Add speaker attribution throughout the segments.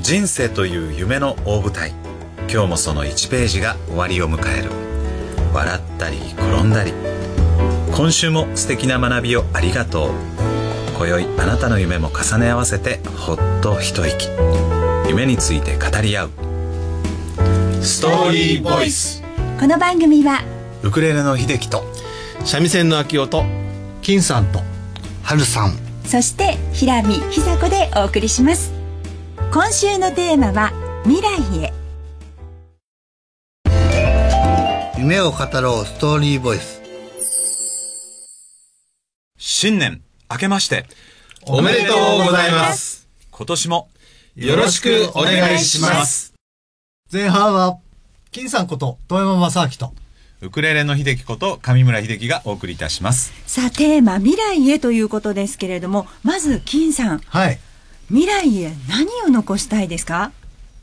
Speaker 1: 人生という夢の大舞台今日もその1ページが終わりを迎える笑ったり転んだり今週も素敵な学びをありがとう今宵あなたの夢も重ね合わせてほっと一息夢について語り合うス
Speaker 2: トーリーボイス
Speaker 3: この番組は
Speaker 1: ウクレレの秀樹と
Speaker 2: 三味線の秋音金さんと
Speaker 4: 春さん
Speaker 3: そして平見ひさこでお送りします今週のテーマは未来へ
Speaker 4: 夢を語ろうストーリーボイス
Speaker 1: 新年明けまして
Speaker 2: おめでとうございます
Speaker 1: 今年も
Speaker 2: よろしくお願いします
Speaker 5: 前半は、金さんこと、遠山正明と、
Speaker 1: ウクレレの秀樹こと上村秀樹がお送りいたします
Speaker 3: さあテーマ未来へということですけれどもまず金さん
Speaker 5: はい。
Speaker 3: 未来へ何を残したいですか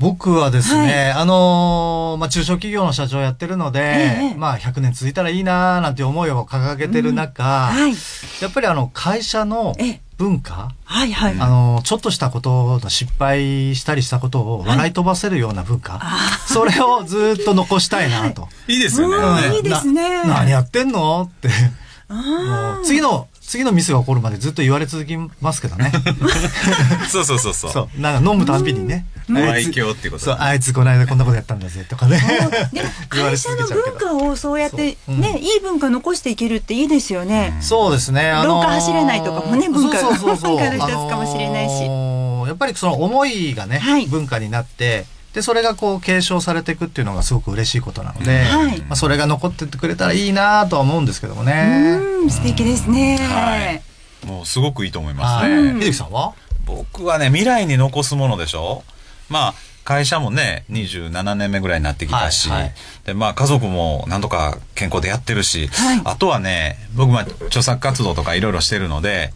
Speaker 5: 僕はですね、
Speaker 3: はい
Speaker 5: あのーまあ、中小企業の社長やってるので、
Speaker 3: ええ
Speaker 5: まあ、100年続いたらいいなーなんて思いを掲げてる中、
Speaker 3: はい
Speaker 5: やっぱりあの、会社の
Speaker 3: ええ
Speaker 5: 文化、
Speaker 3: はいはい、
Speaker 5: あのーちょっとしたことの失敗したりしたことを笑い飛ばせるような文化、それをずーっと残した いなと。
Speaker 1: いいですよ
Speaker 3: う
Speaker 1: ね
Speaker 3: んあいいですね
Speaker 5: な何やってんのって。
Speaker 3: あ
Speaker 5: もう次の、次のミスが起こるまでずっと言われ続きますけ どね。
Speaker 1: そうそうそうそう
Speaker 5: そう。なんか飲むたんびにね。
Speaker 1: ご
Speaker 5: あい
Speaker 1: 愛
Speaker 5: つ
Speaker 1: 嬌ってこと
Speaker 5: そう、あいつこの間こんなことやったんだぜとかね。
Speaker 3: ーでも
Speaker 5: 言わ
Speaker 3: 会
Speaker 5: れ
Speaker 3: 社
Speaker 5: 続け
Speaker 3: の
Speaker 5: ちゃうけ
Speaker 3: 文
Speaker 5: ど
Speaker 3: 化をそうやって、
Speaker 5: そううん
Speaker 3: ねいい文化残していけるっていいですよね、
Speaker 5: そうですね。あの
Speaker 3: 廊
Speaker 5: ー
Speaker 3: 下走れないとかもね文化が
Speaker 5: そうそうそうそ う
Speaker 3: 文化の一つかもしれないし
Speaker 5: あのーやっぱりその思いがね、
Speaker 3: はい
Speaker 5: 文化になって、で、それがこう継承されていくっていうのがすごく嬉しいことなので、
Speaker 3: はい
Speaker 5: まあ、それが残ってってくれたらいいなとは思うんですけどもね。
Speaker 3: うん素敵ですね、
Speaker 1: はいもうすごくいいと思いま
Speaker 5: は
Speaker 1: す
Speaker 5: い。
Speaker 1: ね
Speaker 5: 秀樹さんは
Speaker 1: 僕はね未来に残すものでしょまあ会社もね27年目ぐらいになってきたし、
Speaker 5: はいはい
Speaker 1: でまあ、家族もなんとか健康でやってるし、
Speaker 3: はい
Speaker 1: あとはね僕まあ著作活動とかいろいろしてるので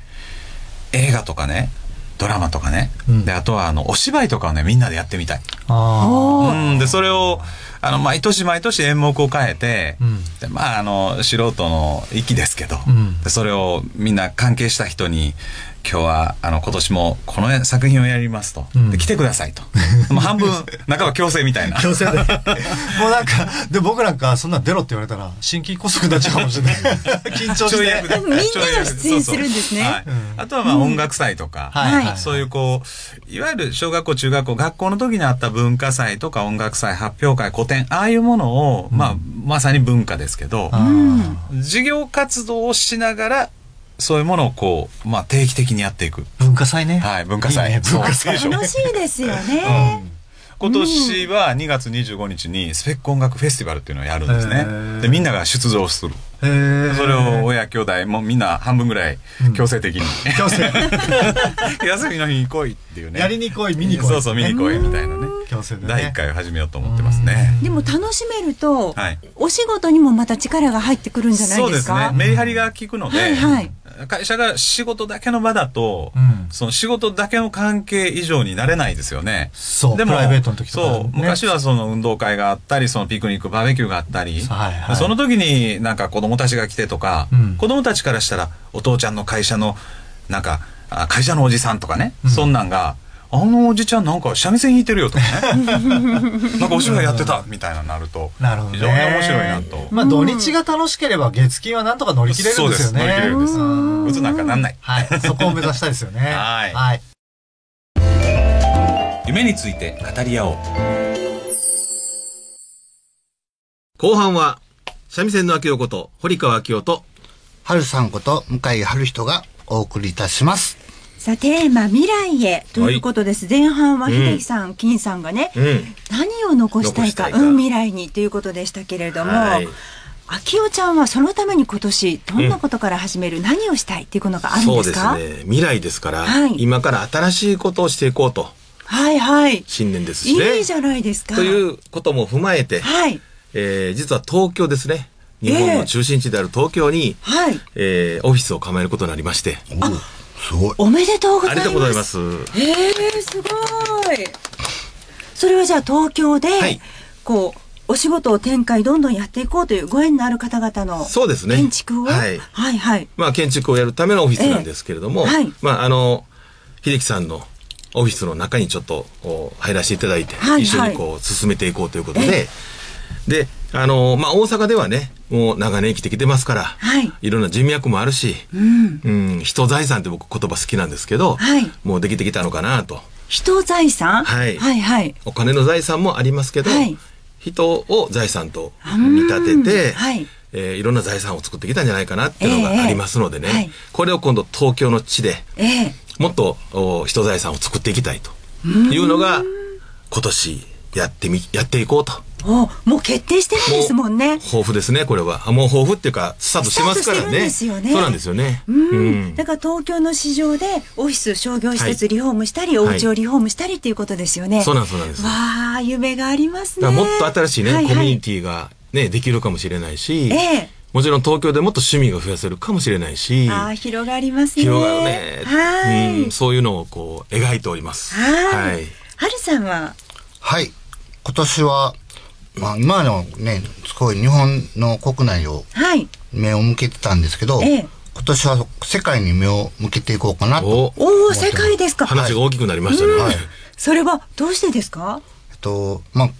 Speaker 1: 映画とかねドラマとかね、
Speaker 5: うん
Speaker 1: であとはあのお芝居とかをねみんなでやってみたい。
Speaker 5: あ
Speaker 3: お
Speaker 1: う
Speaker 3: ー
Speaker 1: ん、でそれをあの毎年毎年演目を変えて、
Speaker 5: うん
Speaker 1: でまああの素人の域ですけど、
Speaker 5: うん
Speaker 1: でそれをみんな関係した人に今日はあの今年もこの作品をやりますと、
Speaker 5: うん
Speaker 1: で来てくださいともう半分半ば強制みたいな
Speaker 5: あ。強制で。もうなんか、で、僕なんか、そんなん出ろって言われたら、心筋梗塞になっちゃうかもし れない。緊張して。
Speaker 1: ちょい役で
Speaker 3: みんなが
Speaker 1: ちょい役
Speaker 3: 出演するんですね
Speaker 1: そうそうはい
Speaker 5: うん
Speaker 1: あとはまあ音楽祭とか、
Speaker 5: はい
Speaker 3: はいはい
Speaker 1: そういうこういわゆる小学校中学校学校の時にあった文化祭とか音楽祭発表会古典ああいうものを、まあ、まさに文化ですけど、
Speaker 5: あー
Speaker 3: うん
Speaker 1: 事業活動をしながらそういうものをこう、まあ、定期的にやっていく。
Speaker 5: 文化祭ね。
Speaker 1: はい、文化祭。
Speaker 5: いいね文
Speaker 1: そ
Speaker 5: 化
Speaker 1: う
Speaker 5: 祭。
Speaker 1: でしょ
Speaker 3: 楽しいですよね、
Speaker 1: 今年は2月25日にスペック音楽フェスティバルっていうのをやるんです
Speaker 5: へ
Speaker 1: ね。
Speaker 5: ー
Speaker 1: で、みんなが出場する。
Speaker 5: へー
Speaker 1: それを親兄弟もみんな半分ぐらい
Speaker 5: うん
Speaker 1: 強制的 に。
Speaker 5: 強制。
Speaker 1: 休みの日に来いっていうね。
Speaker 5: やりに来い、見に来い。
Speaker 1: そうそう、見に来いみたいなね。
Speaker 5: 強制でね。
Speaker 1: 第1回を始めようと思ってますね。
Speaker 3: でも楽しめると、
Speaker 1: はい
Speaker 3: お仕事にもまた力が入ってくるんじゃないですか
Speaker 1: メリハリが効くので、
Speaker 3: はいはい
Speaker 1: 会社が仕事だけの場だと、
Speaker 5: うん
Speaker 1: その仕事だけの関係以上になれないですよね。
Speaker 5: そうプライベートの時とかね
Speaker 1: そう昔はその運動会があったりそのピクニックバーベキューがあったり、
Speaker 5: はいはい
Speaker 1: その時になんか子供たちが来てとか、
Speaker 5: うん
Speaker 1: 子供たちからしたらお父ちゃんの会社のなんかあ会社のおじさんとかね、そんなんが。あのおじちゃんなんか三味線弾いてるよとか ねなんかお芝居やってたみたいなのになると
Speaker 5: なるほどね。
Speaker 1: 非常に面白いなと
Speaker 5: まあ、土日が楽しければ、月金はなんとか乗り切れるんですよね。
Speaker 1: そうです乗り切れるんです
Speaker 5: うん
Speaker 1: 鬱なんかなんない
Speaker 5: はい。そこを目指したいですよね。
Speaker 1: はい
Speaker 5: はい。
Speaker 1: 夢について語り合おう
Speaker 2: 後半は三味線の秋夫こと堀川秋夫と
Speaker 4: 春さんこと向井春人がお送りいたします
Speaker 3: さあテーマ未来へということです、前半は秀樹さん、金さんがね、
Speaker 2: ん
Speaker 3: 何を残した
Speaker 2: 残
Speaker 3: いか
Speaker 2: したいか
Speaker 3: うん、未来にということでしたけれども、
Speaker 2: はい
Speaker 3: 秋代ちゃんはそのために今年どんなことから始める、何をしたいっていうのがあるん
Speaker 2: そ
Speaker 3: で
Speaker 2: う
Speaker 3: す
Speaker 2: です
Speaker 3: か
Speaker 2: ね未来ですから、
Speaker 3: はい
Speaker 2: 今から新しいことをしていこうと
Speaker 3: はいはい
Speaker 2: 新年ですしね
Speaker 3: いいじゃないですか
Speaker 2: ということも踏まえて、
Speaker 3: はい
Speaker 2: えー実は東京ですね日本の中心地である東京に、
Speaker 3: はい
Speaker 2: えーオフィスを構えることになりまして
Speaker 4: すごい
Speaker 3: おめでとうご
Speaker 2: あ
Speaker 3: ざ
Speaker 2: り
Speaker 3: いま
Speaker 2: が
Speaker 3: す
Speaker 2: とうございます
Speaker 3: へえすごいそれはじゃあ東京で、
Speaker 2: はい
Speaker 3: こうお仕事を展開どんどんやっていこうというご縁のある方々の
Speaker 2: そうですね
Speaker 3: 建築を、
Speaker 2: はい
Speaker 3: はいはい
Speaker 2: まあ、建築をやるためのオフィスなんですけれども、
Speaker 3: ええはい
Speaker 2: まあ、あの、秀樹さんのオフィスの中にちょっとこう入らせていただいて、
Speaker 3: はいはい
Speaker 2: 一緒にこう進めていこうということで、で、あのーまあ、大阪ではね、もう長年生きてきてますから、
Speaker 3: はい
Speaker 2: ろんな人脈もあるし、
Speaker 3: うん。
Speaker 2: うん、人財産って僕言葉好きなんですけど、
Speaker 3: はい
Speaker 2: もうできてきたのかなと。
Speaker 3: 人財産
Speaker 2: はい
Speaker 3: はいはい。
Speaker 2: お金の財産もありますけど、
Speaker 3: はい
Speaker 2: 人を財産と
Speaker 3: うん
Speaker 2: 見立てて、
Speaker 3: はい
Speaker 2: えーいろんな財産を作ってきたんじゃないかなっていうの
Speaker 3: えええ
Speaker 2: が
Speaker 3: え
Speaker 2: ありますのでね、
Speaker 3: はい
Speaker 2: これを今度東京の地で
Speaker 3: ええ。
Speaker 2: もっとお人財産を作っていきたいというのが今年やってみやっていこうと。
Speaker 3: おもう決定してるんですもんね。
Speaker 2: 抱負ですね、これは。あもう抱負っていうか、スタートしてますからね。
Speaker 3: スタートしてるんですよね
Speaker 2: そうなんですよね。
Speaker 3: うん、だから東京の市場でオフィス商業施
Speaker 2: は
Speaker 3: 設
Speaker 2: い
Speaker 3: リフォームしたり、お家をリフォームしたりっていうことですよね。
Speaker 2: そうなんですそうなんです
Speaker 3: わあ夢がありますね。
Speaker 2: だからもっと新しいね、
Speaker 3: はは
Speaker 2: コミュニティがね、できるかもしれないし、
Speaker 3: ええ
Speaker 2: もちろん東京でもっと趣味が増やせるかもしれないし、
Speaker 3: ああ広がりますね。
Speaker 2: 広がるね。
Speaker 3: はい。
Speaker 2: うん、そういうのをこう、描いております。
Speaker 3: はい。はるさんは、
Speaker 4: はい。今年は、まあ今のね、すごい日本の国内を
Speaker 3: はい。
Speaker 4: 目を向けてたんですけど、
Speaker 3: ええ
Speaker 4: 今年は世界に目を向けていこうかなと。
Speaker 2: お、
Speaker 3: おお、世界ですか。
Speaker 2: 話が大きくなりましたね。
Speaker 4: はい。
Speaker 3: それはどうしてですか。
Speaker 4: えっと、まあ、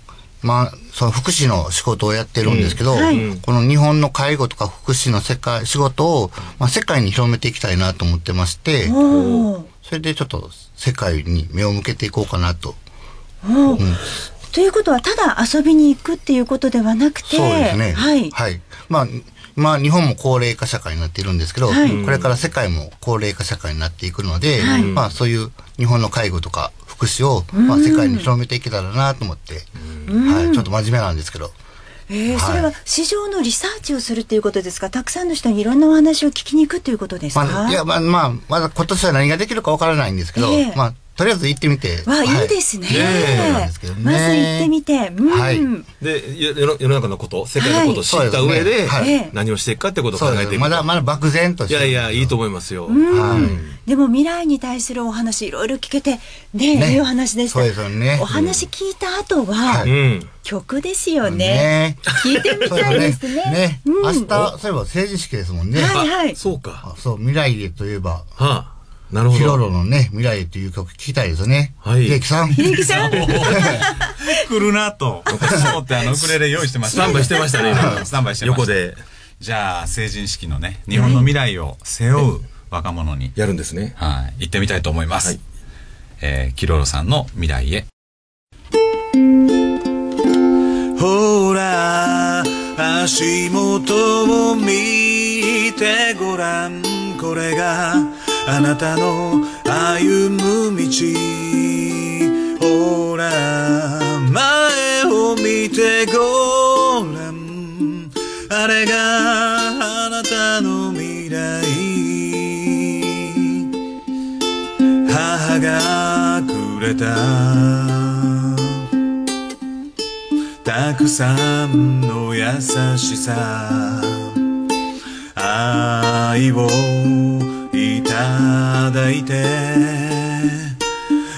Speaker 4: まあ、その福祉の仕事をやってるんですけど、
Speaker 3: うんはい
Speaker 4: この日本の介護とか福祉の世界、仕事を、まあ、世界に広めていきたいなと思ってまして、
Speaker 3: おお。
Speaker 4: それでちょっと世界に目を向けていこうかなと。
Speaker 3: おお。ということは、ただ遊びに行くっていうことではなくて。
Speaker 4: そうですね。
Speaker 3: はい。
Speaker 4: まあ、まあ、日本も高齢化社会になっているんですけど、
Speaker 3: はい
Speaker 4: これから世界も高齢化社会になっていくので、
Speaker 3: はい
Speaker 4: まあ、そういう日本の介護とか福祉を、まあ、世界に広めていけたらなと思って、はい、ちょっと真面目なんですけど、
Speaker 3: えー
Speaker 4: はい
Speaker 3: それは市場のリサーチをするっていうことですか。たくさんの人にいろんなお話を聞きに行くということですか。
Speaker 4: まあ、いや、まあ、まあ、まだ今年は何ができるかわからないんですけど、
Speaker 3: ええ
Speaker 4: まあ、とりあえず行ってみて。
Speaker 3: わあ、
Speaker 4: はい
Speaker 3: いですね。
Speaker 4: ねえなんですけどね
Speaker 3: まず行ってみて、うん、
Speaker 4: はい
Speaker 2: で、よ世の世の中のこと、世界のことを知った上で、
Speaker 3: そ
Speaker 4: はい
Speaker 3: うですねはい
Speaker 2: 何をしていくかってことを考
Speaker 4: そう
Speaker 2: え
Speaker 4: で
Speaker 2: てい
Speaker 4: す。
Speaker 2: く。
Speaker 4: まだまだ漠然と
Speaker 2: い
Speaker 4: して
Speaker 2: や
Speaker 4: る。
Speaker 2: いや、いいと思いますよ。
Speaker 4: はい。
Speaker 3: でも未来に対するお話いろいろ聞けてね
Speaker 4: ね
Speaker 3: いいお話でした。
Speaker 4: そうですよね
Speaker 3: お話聞いた後は、
Speaker 4: は
Speaker 2: うん。
Speaker 3: 曲ですよね
Speaker 4: ね
Speaker 3: 聞いてみたいですね。
Speaker 4: ね。
Speaker 3: うん、
Speaker 4: 明日、そういえば成人式ですもんね。
Speaker 3: はいはい
Speaker 2: あそうか。
Speaker 4: あそう、未来へといえば、
Speaker 2: はあ、なるほ
Speaker 4: ヒロ
Speaker 2: ど。
Speaker 4: ロのね、未来へという曲聞きたいですよね。
Speaker 2: はい
Speaker 4: 秀樹さん。
Speaker 3: 秀樹さん、
Speaker 6: 来るなと、私思ってあの、ウクレレ用意してまし
Speaker 2: ス
Speaker 6: た。
Speaker 2: タンバイしてましたね、今
Speaker 6: スタンバイしてました。
Speaker 2: 横。で
Speaker 6: じゃあ、成人式のね、日本の未来を背負う若者に、
Speaker 2: やるんですね。
Speaker 6: はい、行ってみたいと思います。
Speaker 2: はい
Speaker 6: えーキロロさんの未来へ。
Speaker 1: ほら足元を見てごらんこれがあなたの歩む道ほら前を見てごらんあれがあなたの未来母がくれたたくさんの優しさ愛をいただいて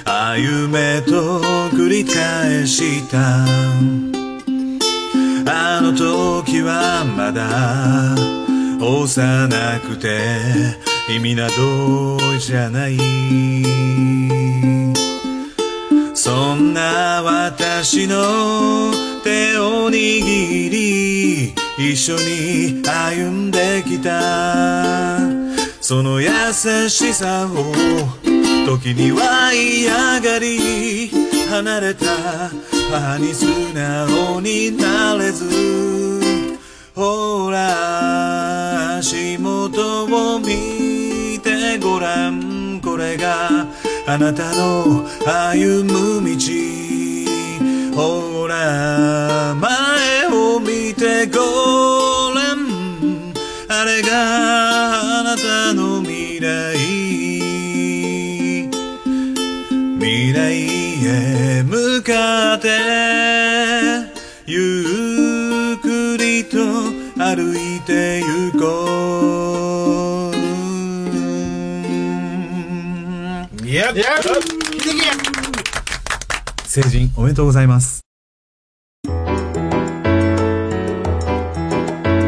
Speaker 1: 歩めと繰り返したあの時はまだ幼くて意味などじゃないそんな私の手を握り一緒に歩んできたその優しさを時には嫌がり離れた母に素直になれずほら足元を見てごらんこれがあなたの歩む道ほら前を見てごらんあれがあなたの未来未来へ向かってゆっくりと歩いてゆこう
Speaker 2: いや、
Speaker 6: 成人おめでとうございます。
Speaker 2: 「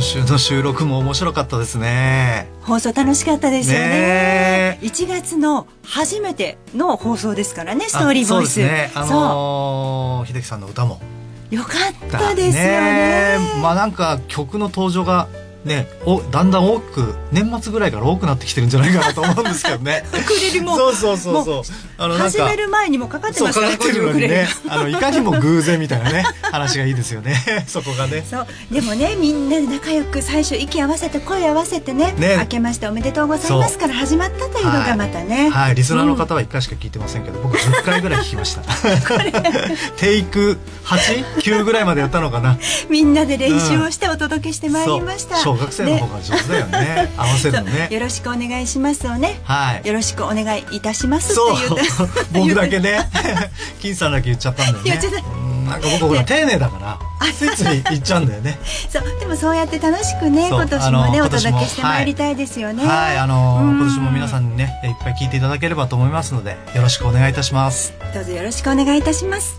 Speaker 5: 週の収録も面白かったですね。
Speaker 3: 放送楽しかったですよね
Speaker 5: ねえ
Speaker 3: 1月の初めての放送ですからねストーリーボイス
Speaker 5: あそうですね。あのー秀樹さんの歌も。
Speaker 3: そうよかったですよね
Speaker 5: えまあなんか曲の登場がね、おだんだん多く年末ぐらいから多くなってきてるんじゃないかなと思うんですけど ね。
Speaker 3: ウクレレも
Speaker 5: そうそうそうそう。あのなん
Speaker 3: 始
Speaker 5: か
Speaker 3: める前にもかかって
Speaker 5: そう
Speaker 3: ました
Speaker 5: かかってるのにね。あのいかにも偶然みたいなね 話がいいですよね。そこが ね。
Speaker 3: そうでもねみんなで仲良く最初息合わせて声合わせてね
Speaker 5: ね
Speaker 3: 明けましておめでとうございますから始まったというのがまたね、
Speaker 5: はい、リスナーの方は1回しか聞いてませんけど、僕10回ぐらい聞きました テイク89ぐらいまでやったのかな
Speaker 3: みんなで練習をしてお届けしてまいりました、
Speaker 5: そう小学生の方が上手だよね 合わせるの
Speaker 3: ねそうよ
Speaker 5: ね
Speaker 3: ろしくお願いしますをね、
Speaker 5: はい
Speaker 3: よろしくお願いいたします
Speaker 5: そう
Speaker 3: って言って
Speaker 5: 僕だけね金さんだけ言っちゃったんだよ
Speaker 3: 言
Speaker 5: ね
Speaker 3: っちゃった
Speaker 5: うんなんか僕ほら丁寧だからついつい言っちゃうんだよね
Speaker 3: そうでもそうやって楽しくね
Speaker 5: そう
Speaker 3: 今年も
Speaker 5: あ
Speaker 3: ね
Speaker 5: の
Speaker 3: お届けして
Speaker 5: 今年も
Speaker 3: まいりたいですよね、
Speaker 5: はいあの
Speaker 3: うん
Speaker 5: 今年も皆さんにねいっぱい聞いていただければと思いますのでよろしくお願いいたします
Speaker 3: どうぞよろしくお願いいたします